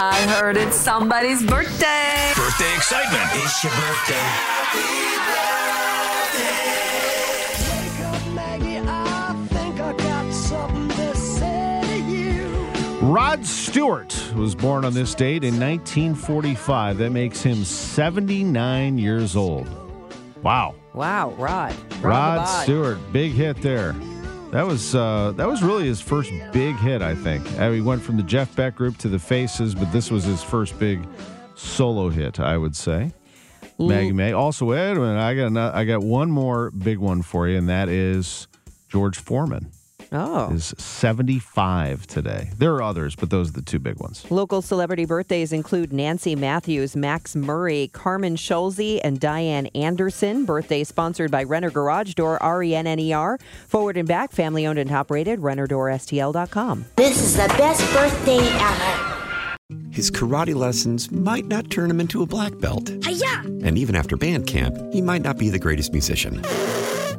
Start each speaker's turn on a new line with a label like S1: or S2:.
S1: heard it's somebody's birthday.
S2: Birthday excitement.
S3: It's your birthday.
S4: Rod Stewart was born on this date in 1945. That makes him 79 years old. Wow.
S1: Wow, Rod. Rod,
S4: Rod
S1: Abad.
S4: Stewart, big hit there. That was uh, that was really his first big hit, I think. Uh, He went from the Jeff Beck group to the Faces, but this was his first big solo hit, I would say. Maggie May. Also, wait a minute, I got ano- I got one more big one for you, and that is George Foreman
S1: Oh.
S4: is 75 today. There are others, but those are the two big ones.
S1: Local celebrity birthdays include Nancy Matthews, Max Murray, Carmen Schulze, and Diane Anderson. Birthday sponsored by Renner Garage Door, R E N N E R. Forward and back, family owned and top rated, RennerDoorSTL.com.
S5: This is the best birthday ever.
S6: His karate lessons might not turn him into a black belt.
S5: Hiya!
S6: And even after band camp, he might not be the greatest musician.